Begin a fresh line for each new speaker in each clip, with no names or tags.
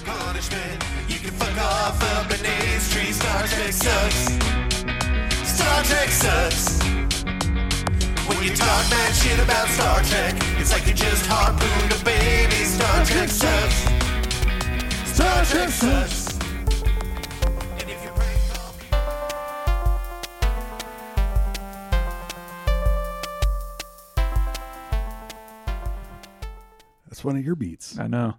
Irishman. You can fuck off up an A's tree. Star Trek sucks. Star Trek sucks. When you talk mad shit about Star Trek, it's like you just harpooned a baby. Star Trek sucks. Star Trek sucks. And if you're right, call me.
That's one of your beats.
I know.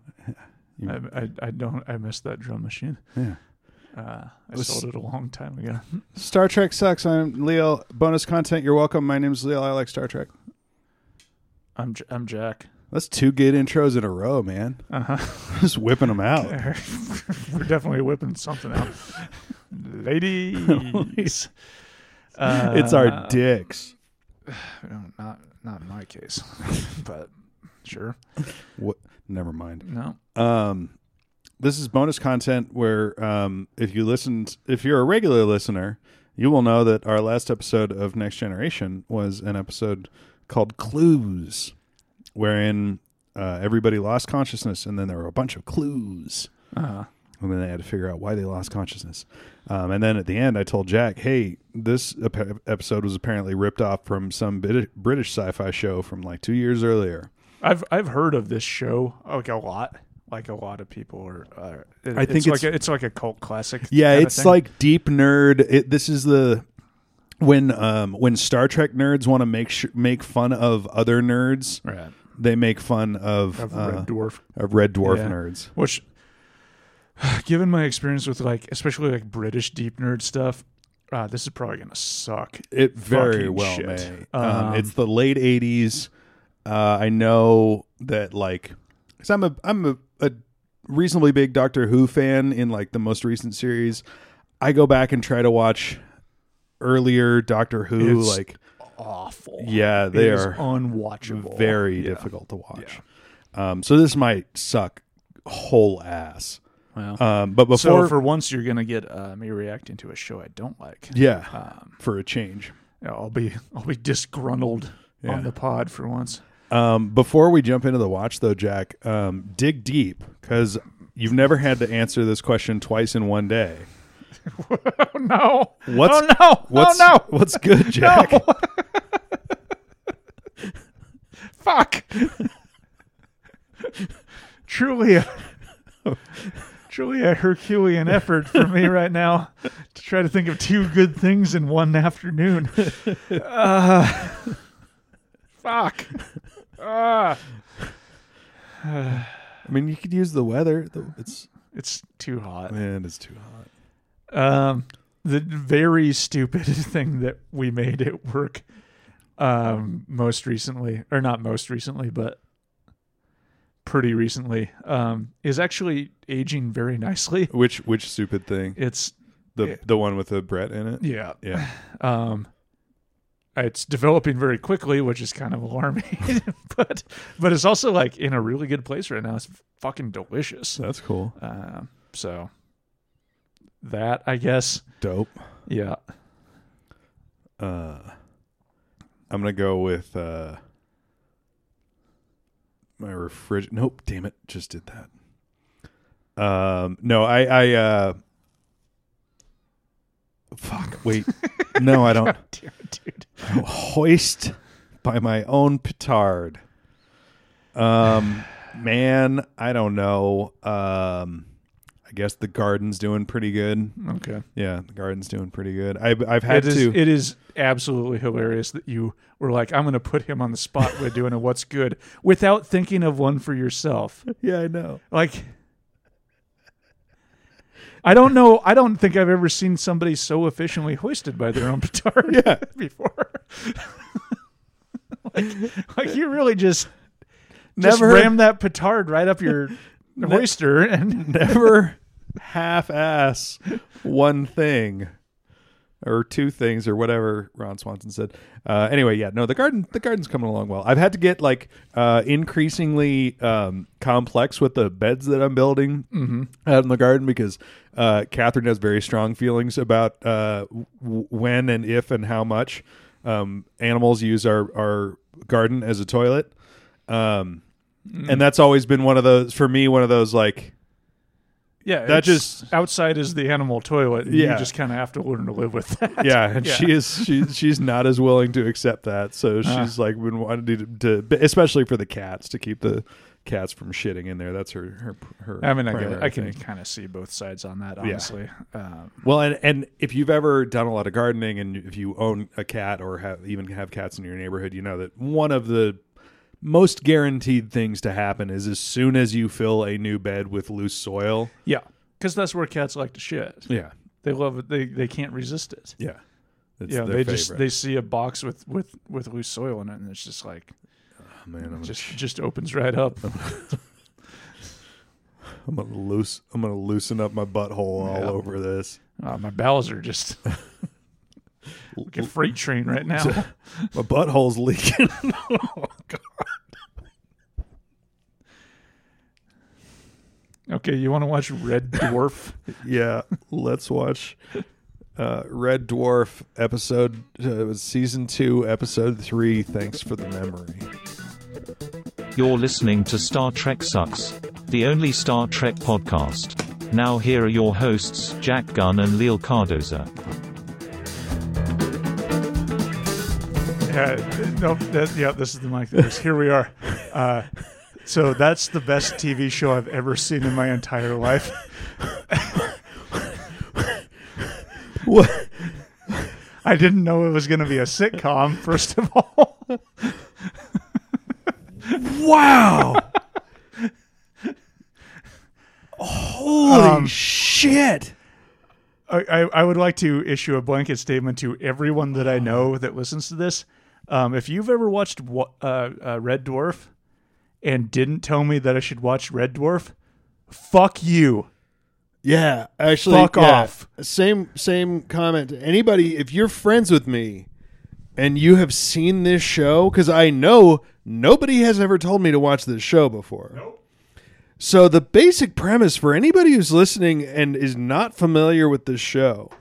You-
I, I I don't. I missed that drum machine.
Yeah.
Uh, I
was-
sold it a long time ago.
Star Trek sucks. I'm Leo. Bonus content. You're welcome. My name's Leo. I like Star Trek.
I'm J- I'm Jack.
That's two good intros in a row, man.
Uh
Just whipping them out.
huh. We're definitely whipping something out, ladies. Uh,
it's our dicks.
no, Not not in my case, but sure.
What? Never mind.
No.
Um, this is bonus content where um, if you listened, if you're a regular listener, you will know that our last episode of Next Generation was an episode called Clues, wherein uh, everybody lost consciousness, and then there were a bunch of clues.
Uh,
and then they had to figure out why they lost consciousness. Um, and then at the end, I told Jack, "Hey, this ep- episode was apparently ripped off from some Brit- British sci-fi show from like two years earlier."
I've I've heard of this show like a lot. Like a lot of people are. are it-
I think
it's,
it's-
like a, it's like a cult classic.
Yeah,
kinda
it's
thing.
like deep nerd. It, this is the when um, when Star Trek nerds want to make sure make fun of other nerds,
right.
they make fun of
Of
uh,
Red Dwarf.
of Red Dwarf
Yeah.
nerds.
Which, given my experience with like, especially like British deep nerd stuff, uh, this is probably gonna suck.
It very
Fucking
well
shit.
may. Um,
Um,
it's the late '80s. Uh, I know that, like, because I'm a I'm a, a reasonably big Doctor Who fan. In like the most recent series, I go back and try to watch earlier Doctor Who.
It's
like,
Awful.
yeah, they
It is
are
unwatchable.
very
Yeah.
difficult to watch. Um, so this might suck whole ass.
Well,
Um, but
so
before,
for once, you're gonna get uh, me reacting to a show I don't like.
yeah,
Um,
for a change.
yeah, I'll be I'll be disgruntled
Yeah.
on the pod for once.
Um, before we jump into the watch, though, Jack, um, dig deep because you've never had to answer this question twice in one day.
Oh no!
What's
oh no!
What's,
oh no!
What's good, Jack?
Fuck. truly, a, truly a Herculean effort for me right now to try to think of two good things in one afternoon. Uh, fuck. Ah,
I mean, you could use the weather. The- It's
it's too hot.
man, it's too hot.
Um, the very stupid thing that we made at work, um, most recently, or not most recently, but pretty recently, um, is actually aging very nicely.
Which which stupid thing?
It's
The
Yeah.
the one with the Brett in it.
yeah,
Yeah,
um, it's developing very quickly, which is kind of alarming, but but it's also like in a really good place right now. It's fucking delicious.
that's cool.
Um, so that I guess,
Dope.
yeah.
Uh, I'm gonna go with uh, my refrigerator. Nope, damn it, just did that. Um, no, I, I, uh, fuck. Wait, no, I don't.
Damn it, dude.
I'm hoist by my own petard. Um, man, I don't know. Um, I guess the garden's doing pretty good.
Okay.
Yeah, the garden's doing pretty good. I've I've had
It is,
to.
it is absolutely hilarious that you were like, I'm going to put him on the spot with doing a what's good without thinking of one for yourself.
yeah, I know.
Like, I don't know. I don't think I've ever seen somebody so efficiently hoisted by their own petard
Yeah.
before. like, like you really just, just
Never-
rammed that petard right up your hoister and
never half ass one thing or two things or whatever Ron Swanson said. Uh, anyway, yeah, no, the garden the garden's coming along well. I've had to get like uh, increasingly um, complex with the beds that I'm building out in the garden because uh, Catherine has very strong feelings about uh, w- when and if and how much um, animals use our our garden as a toilet. Um, and that's always been one of those for me one of those like
Yeah,
That
it's-
just-
outside is the animal toilet. and
Yeah.
you just kind of have to learn to live with that.
yeah and
Yeah.
she is she she's not as willing to accept that so
Ah.
she's like been wanting to, to especially for the cats to keep the cats from shitting in there that's her her her
I mean, I, get it.
primary
I can
thing.
kind of see both sides on that. Honestly, um,
well and and if you've ever done a lot of gardening and if you own a cat or have even have cats in your neighborhood you know that one of the most guaranteed things to happen is as soon as you fill a new bed with loose soil
yeah, because that's where cats like to shit.
yeah
They love it. They they can't resist it.
yeah it's
yeah,
their
they just
favorite.
they see a box with with with loose soil in it, and it's just like
Oh, man, I'm gonna
just just opens right up.
I'm gonna loose. I'm gonna loosen up my butthole
Yeah.
all over this.
Uh, my bowels are just like a freight train right now.
My butthole's leaking. oh God.
okay, you want to watch Red Dwarf?
Yeah, let's watch uh, Red Dwarf episode uh, it was season two, episode three. Thanks for the memory.
You're listening to Star Trek Sucks, the only Star Trek podcast. Now, here are your hosts, Jack Gunn and Leal Cardoza.
Yeah, no, that, yeah, this is the mic. That is. Here we are. Uh, so that's the best TV show I've ever seen in my entire life.
What?
I didn't know it was going to be a sitcom, first of all.
Wow. Holy shit.
Um, I, I, I would like to issue a blanket statement to everyone that I know that listens to this. Um, if you've ever watched wa- uh, uh, Red Dwarf and didn't tell me that I should watch Red Dwarf, fuck you.
Yeah, actually,
Fuck
yeah.
off.
Same same comment. Anybody, if you're friends with me and you have seen this show, because I know nobody has ever told me to watch this show before. So the basic premise for anybody who's listening and is not familiar with this show,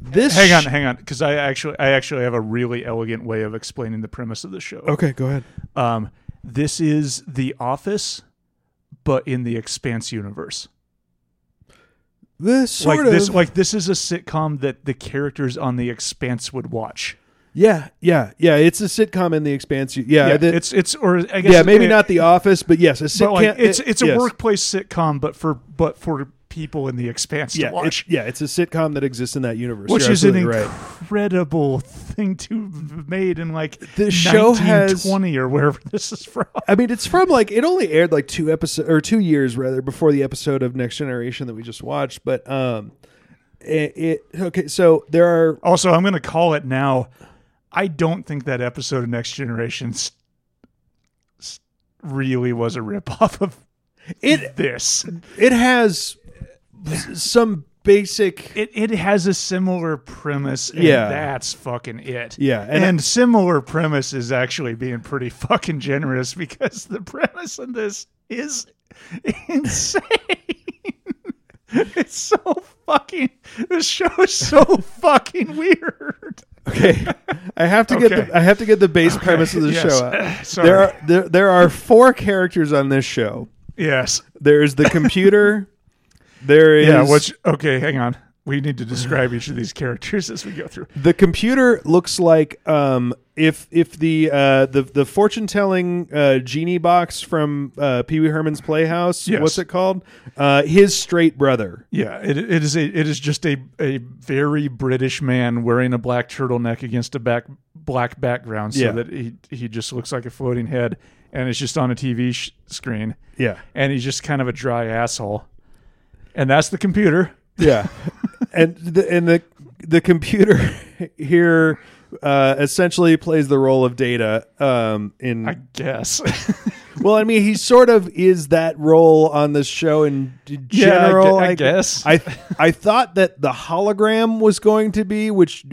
this
Hang on,
sh-
hang on, because I actually I actually have a really elegant way of explaining the premise of the show.
okay, go ahead.
Um, this is The Office, but in the Expanse universe.
This sort
like
of
this, like this is a sitcom that the characters on The Expanse would watch.
yeah, yeah, yeah. It's a sitcom in the Expanse. Yeah,
Yeah,
that-
it's it's or I guess
yeah. Maybe
it-
not The Office, but yes, a
But
sitcom.
like, it's it's a
yes.
workplace sitcom, but for but for people in The Expanse
Yeah,
to watch,
it's, yeah, it's a sitcom that exists in that universe.
which
You're
is an
absolutely right.
incredible thing to have made in like
The show has-
1920 or wherever this is from.
I mean, it's from like it only aired like two episodes or two years rather before the episode of Next Generation that we just watched. But um, it, it okay. So there are
Also, I'm going to call it now. I don't think that episode of Next Generation s- s- really was a ripoff of
it
this.
it has some basic
It it has a similar premise. And
Yeah.
that's fucking it.
Yeah, and-
and, similar premise is actually being pretty fucking generous because the premise in this is insane. it's so fucking. This show is so fucking weird.
okay. I have to get
Okay.
the, I have to get the base premise of the
yes.
show. Out.
Sorry.
There are there, there are four characters on this show.
Yes.
There is the computer. There is
Yeah, which okay, hang on. We need to describe each of these characters as we go through.
The computer looks like um, if if the uh, the the fortune telling uh, genie box from uh, Pee Wee Herman's Playhouse.
Yes.
What's it called? Uh, his straight brother.
Yeah, it, it is a it is just a, a very British man wearing a black turtleneck against a back black background so
Yeah.
that he he just looks like a floating head and it's just on a TV sh- screen
Yeah,
and he's just kind of a dry asshole. And that's the computer.
yeah, and the, and the the computer here uh, essentially plays the role of Data um, in
I guess.
Well, I mean, he sort of is that role on this show in g- general.
I gu- I guess.
I I thought that the hologram was going to be, which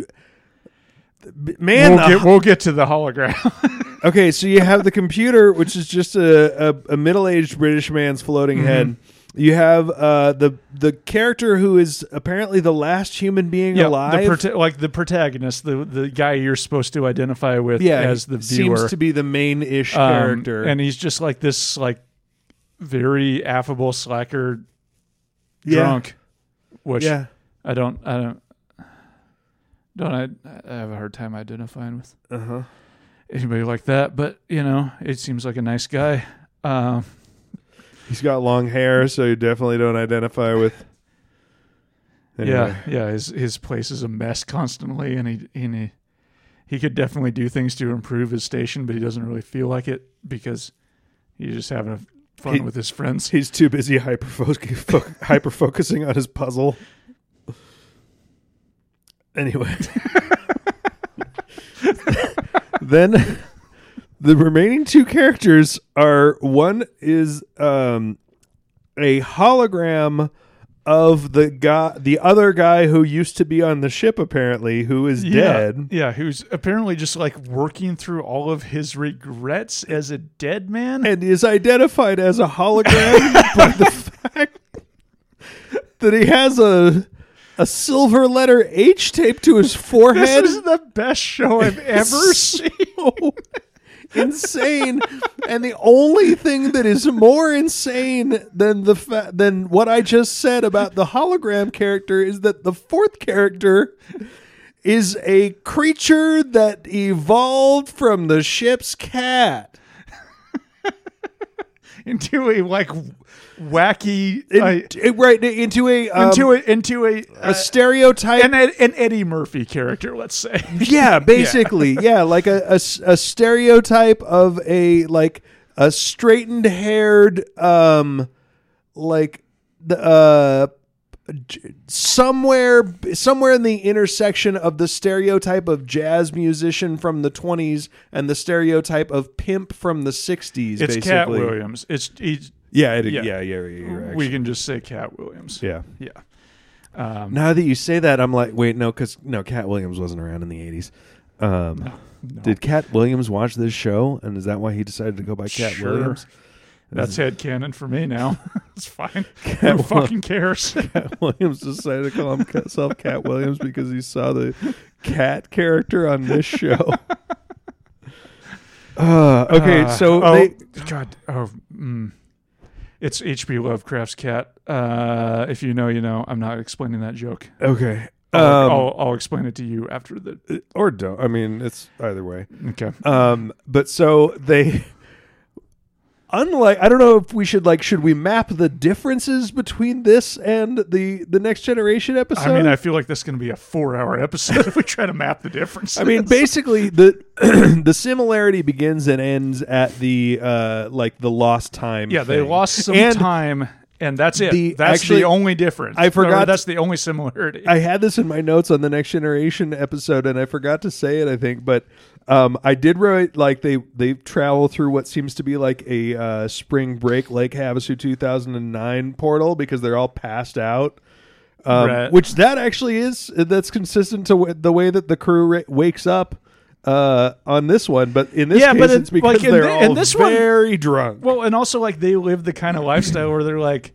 man,
we'll
the
get we'll get to the hologram.
ho- okay. So you have the computer, which is just a a, a middle aged British man's floating
Mm-hmm.
head. You have uh, the the character who is apparently the last human being alive.
the prota- like the protagonist, the the guy you're supposed to identify with
yeah,
as the
he
viewer.
seems to be the main ish
Um,
character,
and he's just like this like very affable slacker
Yeah.
drunk, which
yeah.
I don't, I don't, don't I, I have a hard time identifying with
Uh huh.
anybody like that. But you know, it seems like a nice guy. Um,
He's got long hair, so you definitely don't identify with. Anyway.
Yeah, yeah. His his place is a mess constantly, and he and he he could definitely do things to improve his station, but he doesn't really feel like it because he's just having a fun
He-
with his friends.
He's too busy hyper hyper focusing on his puzzle. Anyway. then the remaining two characters are one is um a hologram of the guy the other guy who used to be on the ship apparently who is dead.
Yeah, yeah, who's apparently just like working through all of his regrets as a dead man.
and is identified as a hologram by the fact that he has a a silver letter H taped to his
This
forehead.
is the best show I've ever seen.
so insane. And the only thing that is more insane than the fa- than what I just said about the hologram character is that the fourth character is a creature that evolved from the ship's cat.
Into a like wacky
In-
I-
it- right into a um,
into a into a,
a
uh,
stereotype.
an, Ed- an Eddie Murphy character, let's say.
yeah, basically, yeah, like a, a s- a stereotype of a like a straightened haired, um, like the uh, j- somewhere somewhere in the intersection of the stereotype of jazz musician from the twenties and the stereotype of pimp from the sixties.
It's
basically.
Cat Williams. It's he's
Yeah, it, yeah, yeah, yeah,
Yeah.
yeah. you're
we
actually-
can just say Cat Williams.
yeah.
Yeah. Um,
Now that you say that, I'm like, wait, no, because no, Cat Williams wasn't around in the '80s. Um,
no.
Did Cat Williams watch this show, and is that why he decided to go by Cat
Sure.
Williams?
That's head canon for me now. it's fine. Who fucking cares?
Cat Williams decided to call himself Cat Williams because he saw the cat character on this show. Uh, okay,
Uh,
so
oh,
they,
God, oh, mm. it's H.P. Lovecraft's cat. Uh, if you know, you know. I'm not explaining that joke.
okay, um,
I'll, I'll, I'll explain it to you after the.
or don't. I mean, it's either way.
Okay.
Um, but so they, unlike, I don't know if we should like, should we map the differences between this and the the next generation episode?
I mean, I feel like this is going to be a four-hour episode if we try to map the difference.
I mean, basically the the similarity begins and ends at the uh like the lost time.
yeah, they
thing.
lost some
And
time, and that's it.
the-
that's
actually,
the only difference.
I
Or
forgot-
that's the only similarity.
I had this in my notes on the next generation episode, and I forgot to say it. I think, but um, I did write like they they travel through what seems to be like a uh, spring break Lake Havasu 2009 portal because they're all passed out. Um,
Right.
Which that actually is that's consistent to w- the way that the crew ra- wakes up uh, on this one, but in this
Yeah,
case,
but it-
it's because
like, in
they're
thi-
all
in this one-
very drunk.
well, and also like they live the kind of lifestyle where they're like,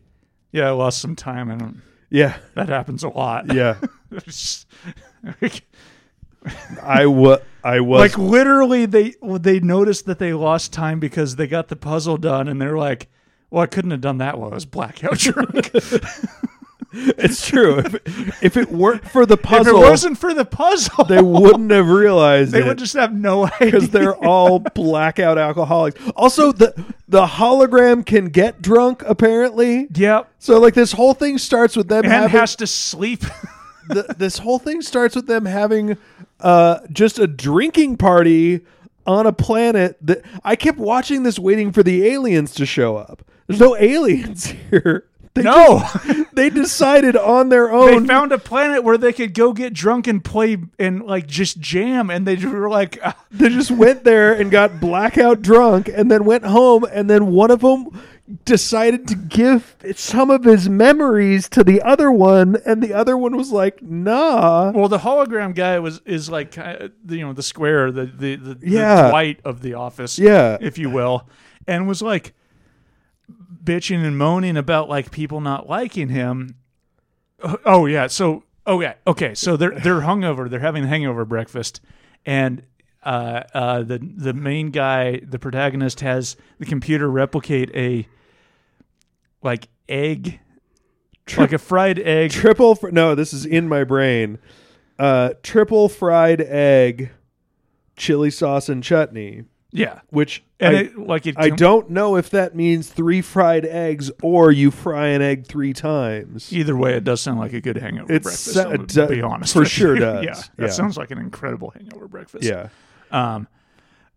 yeah, I lost some time, and
Yeah,
that happens a lot.
yeah.
It's- like,
I wa I was
like, literally they they noticed that they lost time because they got the puzzle done and they're like well i couldn't have done that while i was blackout drunk if
it's true. If, if it weren't for the
it
puzzle,
wasn't for the puzzle
they wouldn't have realized
they
it
would just have no
because
idea
they're all blackout alcoholics. Also, the the hologram can get drunk apparently.
yep
So like this whole thing starts with them
and
having
has to sleep
th- this whole thing starts with them having uh, just a drinking party on a planet that I kept watching this waiting for the aliens to show up. There's no aliens here. They
No.
just- they decided on their
they
own.
found a planet where they could go get drunk and play and like just jam and they were like uh,
they just went there and got blackout drunk and then went home and then one of them decided to give some of his memories to the other one and the other one was like nah
well the hologram guy was is like uh, you know the square the the the,
Yeah.
the Dwight of the office
Yeah.
if you will and was like bitching and moaning about like people not liking him Oh, oh yeah so oh yeah okay so they're they're hungover they're having hangover breakfast and uh uh the the main guy the protagonist has the computer replicate a like egg like a fried egg.
triple fr- no this is in my brain uh triple fried egg chili sauce and chutney
yeah,
which
and
I,
it, like it.
I
com-
don't know if that means three fried eggs or you fry an egg three times
Either way, it does sound like a good hangover
It's
breakfast.
so-
I'm
it
gonna
do-
be honest,
for
with
sure
you.
does.
yeah, that
Yeah.
sounds like an incredible hangover breakfast.
yeah
Um,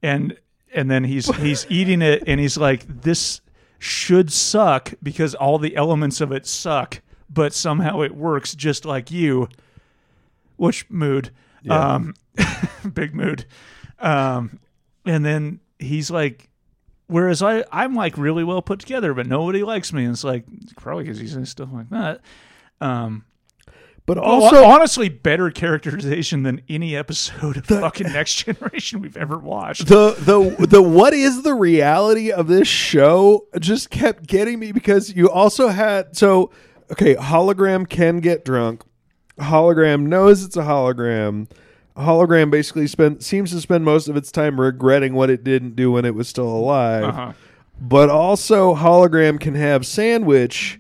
and and then he's he's eating it, and he's like, "This should suck because all the elements of it suck, but somehow it works just like you." Which mood? Um, big mood. Um, and then he's like, whereas I I'm like really well put together, but nobody likes me. And it's like probably because he's in stuff like that. Um,
but
also,
also
honestly, better characterization than any episode of fucking Next Generation we've ever watched.
the the the what is the reality of this show just kept getting me because you also had so okay hologram can get drunk hologram knows it's a hologram hologram basically spend seems to spend most of its time regretting what it didn't do when it was still alive but also hologram can have sandwich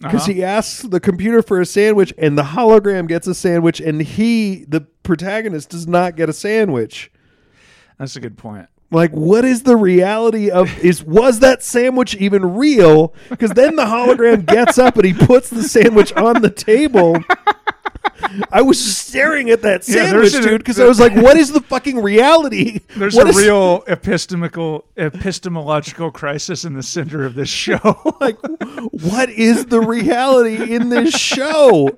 because he asks the computer for a sandwich and the hologram gets a sandwich and he the protagonist does not get a sandwich
That's a good point.
like what is the reality of is was that sandwich even real because then the hologram gets up and he puts the sandwich on the table i was just staring at that
Yeah,
sandwich
there's an-
dude because i was like what is the fucking reality
There's
What
a
is-
real epistemical epistemological crisis in the center of this show.
like what is the reality in this show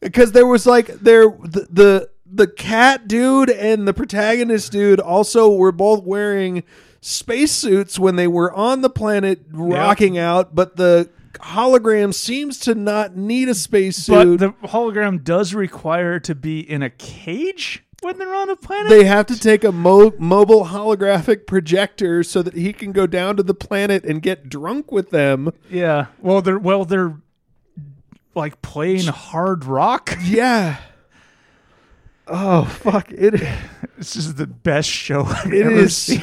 because there was like there the, the the cat dude and the protagonist dude also were both wearing spacesuits when they were on the planet rocking out but the hologram seems to not need a
but
spacesuit
the hologram does require to be in a cage when they're on a planet.
they have to take a mo- mobile holographic projector so that he can go down to the planet and get drunk with them
yeah. Well, they're well they're like playing hard rock.
yeah oh fuck it
This is the best show I've
It
ever
is-
seen.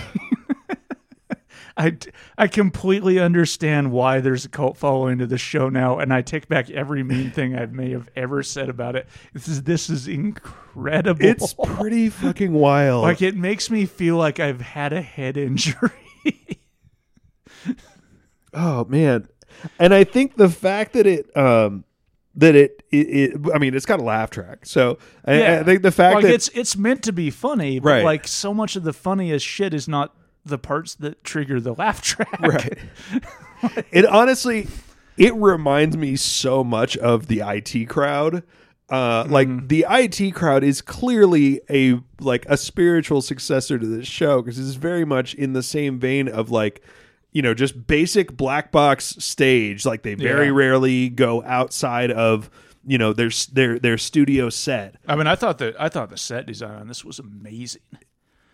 I, I completely understand why there's a cult following to this show now, and I take back every mean thing I may have ever said about it. This is this is incredible.
It's pretty fucking wild.
like it makes me feel like I've had a head injury.
oh man, and I think the fact that it, um, that it, it, it I mean, it's got a laugh track. So I, I think the fact
like
that
it's it's meant to be funny, but
Right.
like so much of the funniest shit is not the parts that trigger the laugh track.
right, it honestly, it reminds me so much of the IT crowd. Uh,
Mm-hmm.
like the IT crowd is clearly a like a spiritual successor to this show because it's very much in the same vein of like you know just basic black box stage like they very
Yeah.
rarely go outside of you know their their their studio set
I mean, I thought that I thought the set design on this was amazing.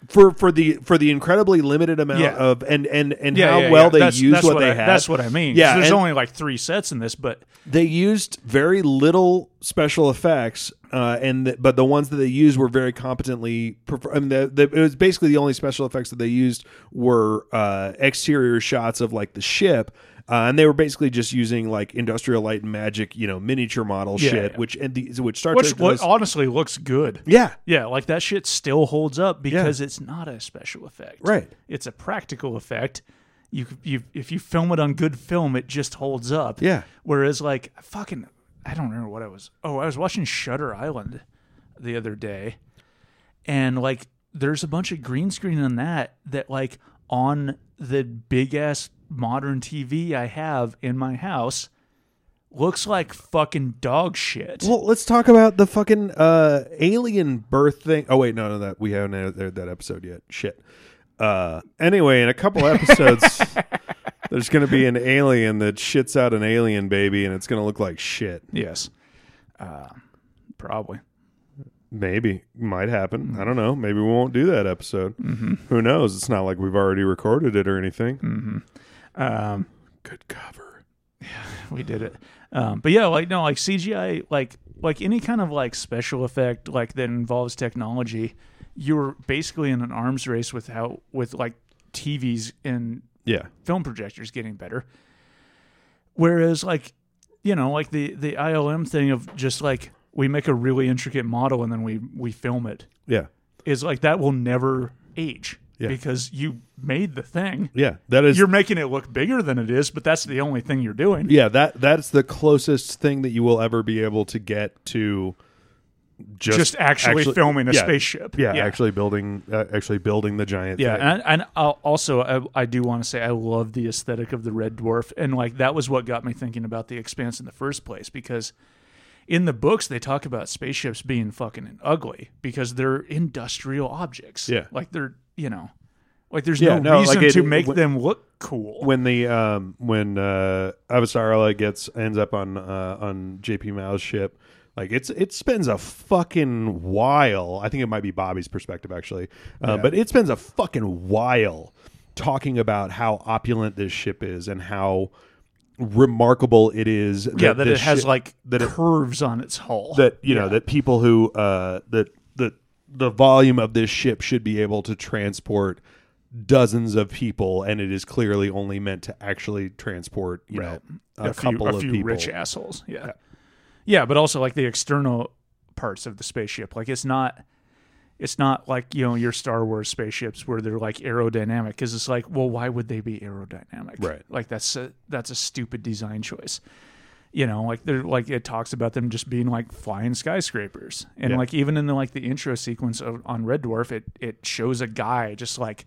for for the for the incredibly limited amount
Yeah.
of and and and
yeah,
how
yeah,
well
yeah.
they
that's,
use
that's
what, they
I,
have.
That's what I mean. 'Cause
Yeah,
there's
and-
only like three sets in this, but
they used very little special effects, uh, and th- but the ones that they used were very competently. Perf- I mean, the, the, it was basically the only special effects that they used were uh, exterior shots of like the ship. Uh, and they were basically just using like industrial light and magic, you know, miniature model
Yeah,
shit,
yeah.
which and the, which Star
which
Trek
what
does-
honestly looks good.
yeah,
Yeah, like that shit still holds up because it's not a special effect.
Right.
It's a practical effect. You you if you film it on good film, it just holds up.
Yeah.
Whereas like fucking I don't remember what I was. Oh, I was watching Shutter Island the other day. And like there's a bunch of green screen on that that like on the big ass modern TV I have in my house looks like fucking dog shit.
Well, let's talk about the fucking uh, alien birth thing. Oh wait, no, no, that we haven't aired that episode yet. Shit. Uh, anyway, in a couple episodes, there's going to be an alien that shits out an alien baby, and it's going to look like shit.
Yes. Uh, probably.
Maybe, might happen. I don't know. Maybe we won't do that episode. Who knows? It's not like we've already recorded it or anything.
Um,
Good cover.
we did it. Um, but yeah, like no, like CGI, like like any kind of like special effect, like that involves technology. You're basically in an arms race with how with like TVs and
Yeah,
film projectors getting better. Whereas like you know, like the the ILM thing of just like we make a really intricate model and then we we film it
Yeah.
is like that will never age
Yeah.
because you made the thing.
Yeah. That is
You're making it look bigger than it is, but that's the only thing you're doing.
Yeah, that that's the closest thing that you will ever be able to get to just,
Just actually filming a
yeah,
spaceship.
Yeah,
Yeah.
actually building uh, actually building the giant
Yeah,
thing.
and, and I'll also I, I do want to say I love the aesthetic of the red dwarf, and like that was what got me thinking about the Expanse in the first place because in the books they talk about spaceships being fucking ugly because they're industrial objects.
Yeah.
like they're you know, like there's
Yeah,
no,
no,
reason
like it-
to make
when-
them look cool.
when the um when uh Avasarala gets ends up on uh on JP Mao's ship, like it's it spends a fucking while. I think it might be Bobby's perspective actually, uh, but it spends a fucking while talking about how opulent this ship is and how remarkable it is.
yeah, that it
this
has
ship-
like
that it
curves on its hull.
that you know that people who uh that that the volume of this ship should be able to transport dozens of people and it is clearly only meant to actually transport you know a,
few-
couple of
few
people
rich assholes. Yeah. yeah, but also like the external parts of the spaceship. Like it's not, it's not like you know your Star Wars spaceships where they're like aerodynamic. Because it's like, well, why would they be aerodynamic?
Right.
Like that's a that's a stupid design choice. You know, like they're like it talks about them just being like flying skyscrapers, and
Yeah.
like even in the like the intro sequence of, on Red Dwarf, it it shows a guy just like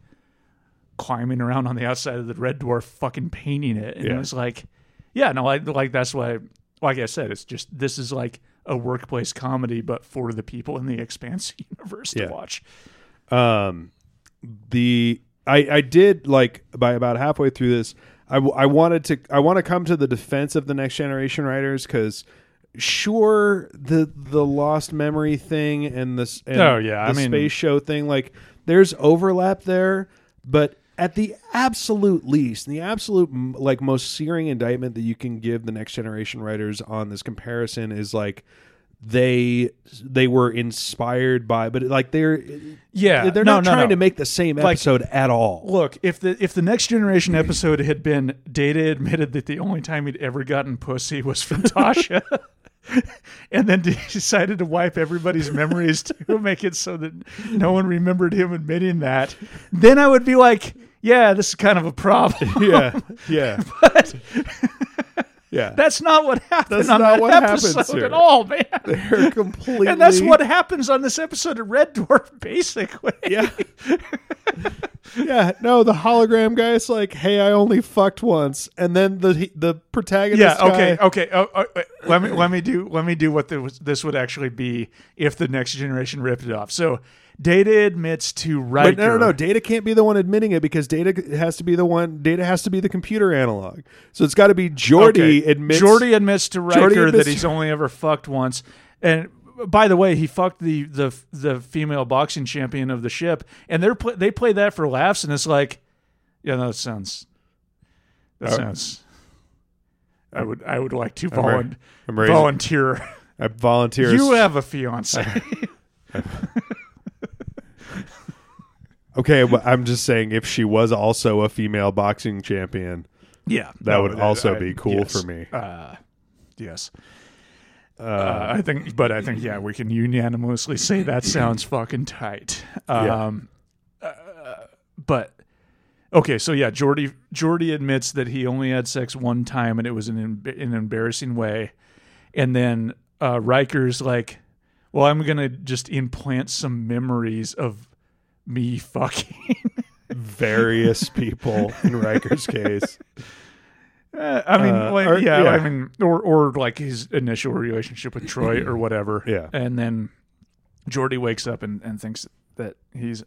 climbing around on the outside of the red dwarf fucking painting it and
Yeah.
it was like yeah no like like that's why like i said it's just this is like a workplace comedy but for the people in the expanse universe to
Yeah.
watch
um the i i did like by about halfway through this i w- I wanted to i want to come to the defense of the next generation writers because sure the the lost memory thing and this and
Oh, yeah, I
the
mean-
space show thing like there's overlap there but at the absolute least the absolute m- like most searing indictment that you can give the next generation writers on this comparison is like they they were inspired by but like they're
yeah
they're
no,
not
no,
trying
no.
to make the same
Like-
episode at all.
look if the if the next generation episode had been data admitted that the only time he'd ever gotten pussy was from tasha and then decided to wipe everybody's memories to make it so that no one remembered him admitting that then i would be like yeah this is kind of a problem
Yeah, yeah, yeah.
That's not what happened
That's
on
not
that
what happens
episode
here.
at all, man.
They're completely.
And that's what happens on this episode of Red Dwarf, basically.
Yeah. yeah. No, the hologram guy's like, "Hey, I only fucked once," and then the the protagonist.
Yeah. Okay.
guy-
Okay. Oh, oh, wait, let me let me do let me do what there was, this would actually be if the next generation ripped it off. So, Data admits to Riker.
But no, no, no. Data can't be the one admitting it because data has to be the one. Data has to be the computer analog. So it's got to be Jordy
Okay.
admits.
Jordy admits to Riker
Jordy admits
that he's
to-
only ever fucked once. And by the way, he fucked the the the female boxing champion of the ship, and they're pl- they play that for laughs, and it's like, yeah, that sounds that
Uh,
sounds. I would I would like to
I'm ra-
volun-
I'm raising-
volunteer.
I volunteer.
You have a fiance.
okay, but I'm just saying, if she was also a female boxing champion,
yeah,
that
No,
would also
I-
be cool
yes.
for me.
Uh, yes. Uh, I think, but I think, yeah, we can unanimously say that sounds fucking tight. Um,
Yeah.
uh, but okay, so yeah, Jordy Jordy admits that he only had sex one time, and it was in em- an embarrassing way. And then uh, Riker's like, "Well, I'm gonna just implant some memories of me fucking."
various people in Riker's case.
Uh, I mean,
Uh,
like,
or-
yeah,
yeah.
I mean, or or like his initial relationship with Troy or whatever.
Yeah.
and then Jordy wakes up and, and thinks that he's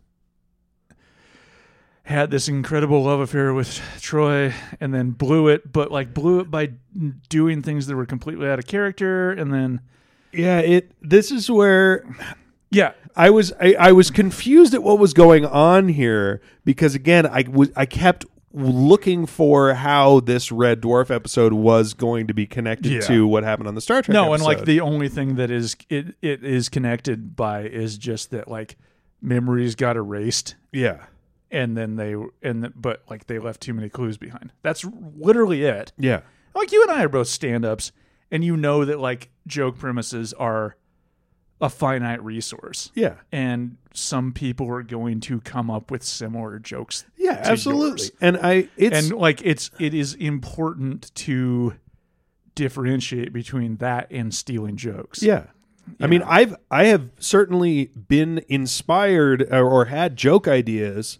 had this incredible love affair with Troy, and then blew it, but like blew it by doing things that were completely out of character, and then
Yeah, it this is where
yeah,
I was I, I was confused at what was going on here because again I was I kept looking for how this red dwarf episode was going to be connected
Yeah.
to what happened on the Star Trek
no, and like
episode.
the only thing that is it it is connected by is just that like memories got erased
yeah
and then they and the, but like they left too many clues behind. That's literally it.
yeah
Like you and I are both stand-ups, and you know that like joke premises are a finite resource
Yeah.
and some people are going to come up with similar jokes
Yeah,
to
absolutely.
yours.
And I it's
and like it's it is important to differentiate between that and stealing jokes
Yeah. I mean, I've I have certainly been inspired or, or had joke ideas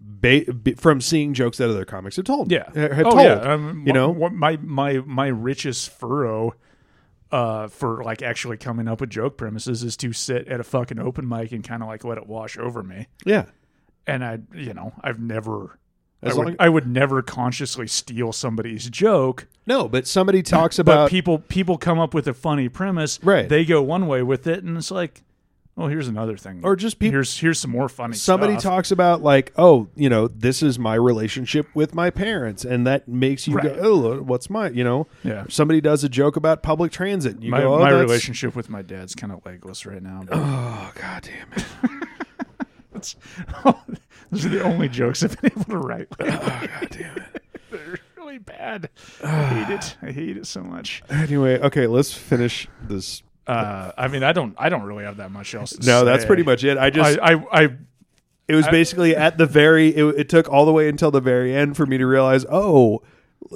ba- b- from seeing jokes that other comics have told.
yeah
ha- have
oh,
Uh, told.
yeah. Um,
you
wha-
know,
wha- my my my richest furrow uh for like actually coming up with joke premises is to sit at a fucking open mic and kind of like let it wash over me
yeah.
and i you know i've never I
As
would,
long-
I would never consciously steal somebody's joke
No, but somebody talks
but
about
people people come up with a funny premise
Right.
they go one way with it and it's like well here's another thing
Or just peop-
here's here's some more funny
somebody
stuff.
talks about like, oh, you know, this is my relationship with my parents, and that makes you
Right.
go, oh, what's my, you know,
Yeah.
Somebody does a joke about public transit, and you
my,
go, oh,
my
that's-
relationship with my dad's kind of legless right now but
Oh, god damn it.
those are the only jokes i've been able to write oh god damn it they're really bad i hate it i hate it so much
Anyway, okay, let's finish this.
uh i mean i don't i don't really have that much else to
No, that's
say.
pretty much it. I just
I, I i
It was basically at the very. It, it took all the way until the very end for me to realize. Oh,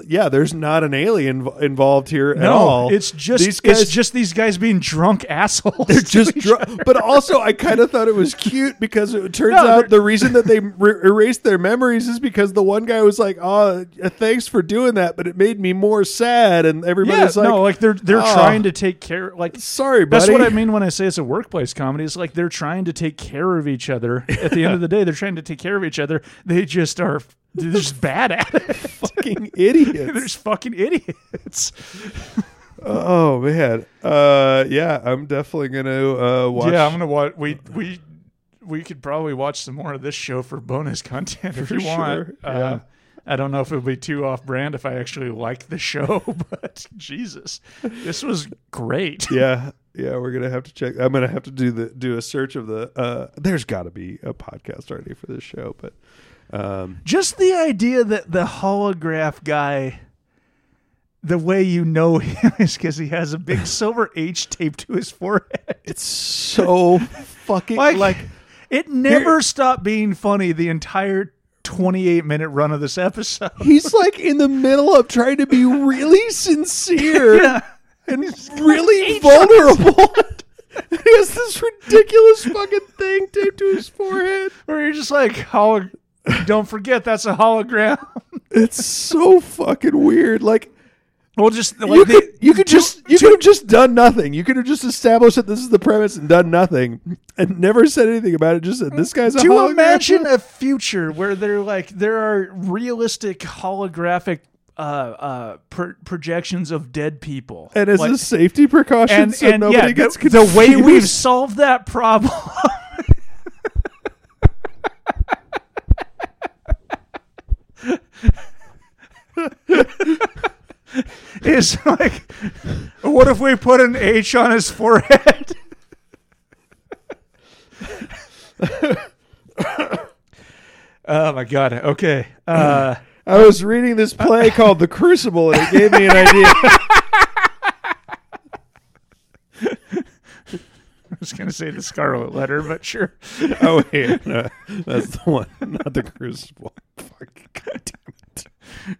yeah. There's not an alien inv- involved here at
no,
all.
it's just
these guys.
it's just these guys being drunk assholes.
they're just dr- but also I kind of thought it was cute because it turns
No,
out the reason that they re- erased their memories is because the one guy was like, "Oh, thanks for doing that, but it made me more sad." And
yeah,
everybody's like,
no, like they're they're
"Oh,
trying to take care. Like
Sorry, buddy.
That's what I mean when I say it's a workplace comedy. It's like they're trying to take care of each other. At the end of the day, they're trying to take care of each other. They just are. They're just bad at it.
Fucking idiots.
They're just fucking idiots.
oh man. Uh, yeah, I'm definitely gonna uh, watch.
Yeah, I'm gonna watch. We we we could probably watch some more of this show for bonus content if
For
you want.
sure,
Uh, I don't know if it'll be too off brand if I actually like the show, but Jesus, this was great.
yeah yeah we're gonna have to check i'm gonna have to do the do a search of the uh there's gotta be a podcast already for this show but um
just the idea that the holograph guy the way you know him is because he has a big silver h taped to his forehead
it's so fucking
like,
like,
it never stopped being funny the entire 28 minute run of this episode
he's like in the middle of trying to be really sincere and really vulnerable he has this ridiculous fucking thing taped to his forehead
where you're just like holo- don't forget that's a hologram
it's so fucking weird like
well just like
you
the-
could, you could just you could have just done nothing. You could have just established that this is the premise and done nothing and never said anything about it. Just said this guy's a
do you
hologram."
imagine a future where they're like there are realistic holographic uh, uh, pro- projections of dead people
and as
Like-
a safety precaution,
and,
so
and
nobody
yeah,
gets
the, the
confused.
way we've solved that problem. is like, what if we put an H on his forehead? oh my god! Okay, uh,
I was reading this play called The Crucible, and it gave me an idea.
I was gonna say the Scarlet Letter, but sure.
oh wait, no, that's the one, not The Crucible. Fuck, God damn it.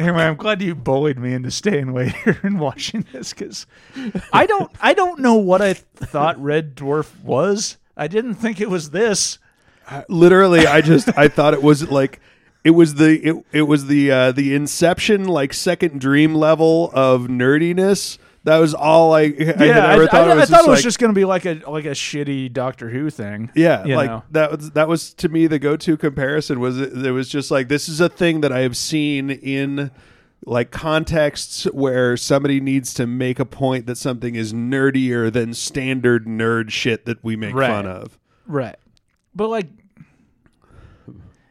Anyway, I'm glad you bullied me into staying late here and watching this because I don't I don't know what I thought Red Dwarf was. I didn't think it was this.
Literally, I just I thought it was like. It was the it, it was the uh, the inception like second dream level of nerdiness. That was all I, I had
I,
ever thought.
I-
it was
I thought
just
it was
like-
just going to be like a like a shitty Doctor Who thing.
Yeah,
you
like
know?
that was that was to me the go-to comparison was it, it was just like this is a thing that I have seen in like contexts where somebody needs to make a point that something is nerdier than standard nerd shit that we make
Right.
fun of.
right. But like,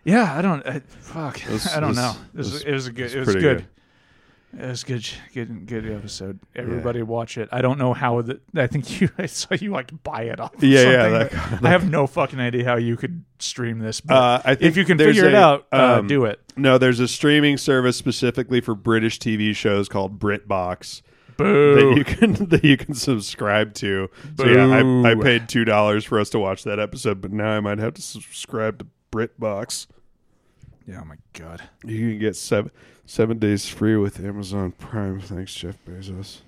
yeah, I don't. I, fuck,
was-
I don't
this-
know. It was,
this
it was a good. It was
pretty
good. It was good, sh- good, good episode. Everybody watch it. I don't know how the. I think you. I saw you like buy it off. Of
Yeah, yeah,
something.
that
I have no fucking idea how you could stream this. But
Uh, I think
if you can
there's
figure it
a,
out, uh,
um,
do it.
No, there's a streaming service specifically for British TV shows called BritBox. that you can that you can subscribe to. So yeah, I, I
Boo.
paid two dollars for us to watch that episode, but now I might have to subscribe to BritBox.
Yeah, oh my god.
You can get seven seven days free with Amazon Prime. Thanks, Jeff Bezos.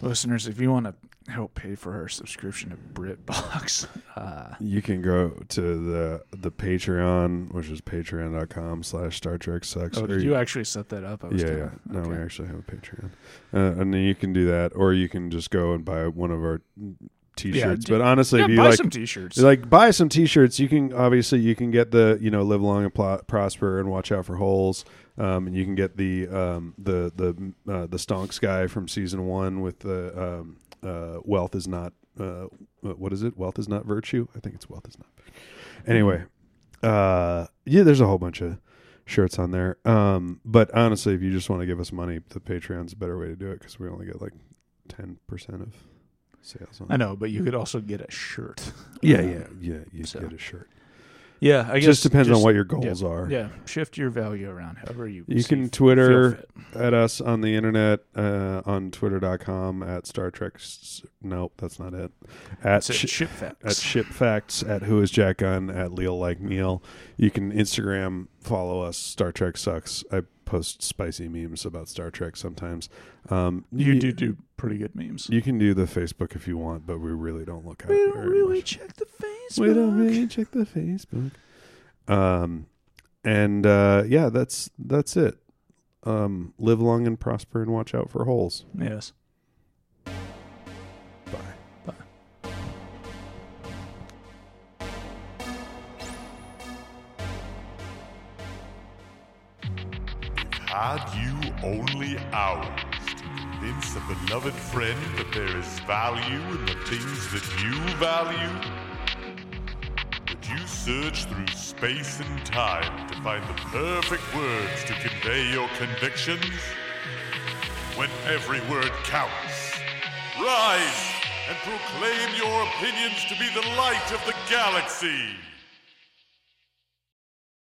Listeners, if you want to help pay for our subscription to BritBox, uh,
You can go to the the Patreon, which is patreon.com slash Star Trek Sucks.
oh,
or
did you actually set that up? I
yeah, yeah.
gonna-
No, we
okay.
actually have a Patreon, uh, and then you can do that, or you can just go and buy one of our t-shirts.
do-
but honestly,
yeah,
if you
buy
like,
some t-shirts.
like buy some t-shirts you can obviously you can get the you know live long and pl- prosper and watch out for holes um, and you can get the um, the the uh, the stonks guy from season one with the um, uh, wealth is not uh, what is it wealth is not virtue i think it's wealth is not anyway uh, yeah there's a whole bunch of shirts on there um, but honestly if you just want to give us money the patreon's a better way to do it because we only get like 10% of sales on
I know, but you could also get a shirt.
yeah yeah yeah you
So.
get a shirt
Yeah, I
it
guess
just depends on
just-
what your goals are.
Yeah, shift your value around however you.
You
see
can
fit-
Twitter-
feel fit.
At us on the internet, uh, on twitter.com at Star Trek. s- Nope, that's not it. At,
That's it.
sh-
Ship facts.
at Ship Facts, at Who is Jack Gunn, at Leal Like Neil. You can Instagram follow us, Star Trek Sucks. I post spicy memes about Star Trek sometimes. Um,
you
y-
do do pretty good memes.
You can do the Facebook if you want, but we really don't look at
we
it
don't
very
really
much.
check the Facebook.
We don't really check the Facebook. Um, and uh, yeah, that's that's it. Um, live long and prosper, and watch out for holes.
Yes.
Bye.
Had you only hours to convince a beloved friend that there is value in the things that you value? Would you search through space and time to find the perfect words to convey your convictions? When every word counts, rise and proclaim your opinions to be the light of the galaxy!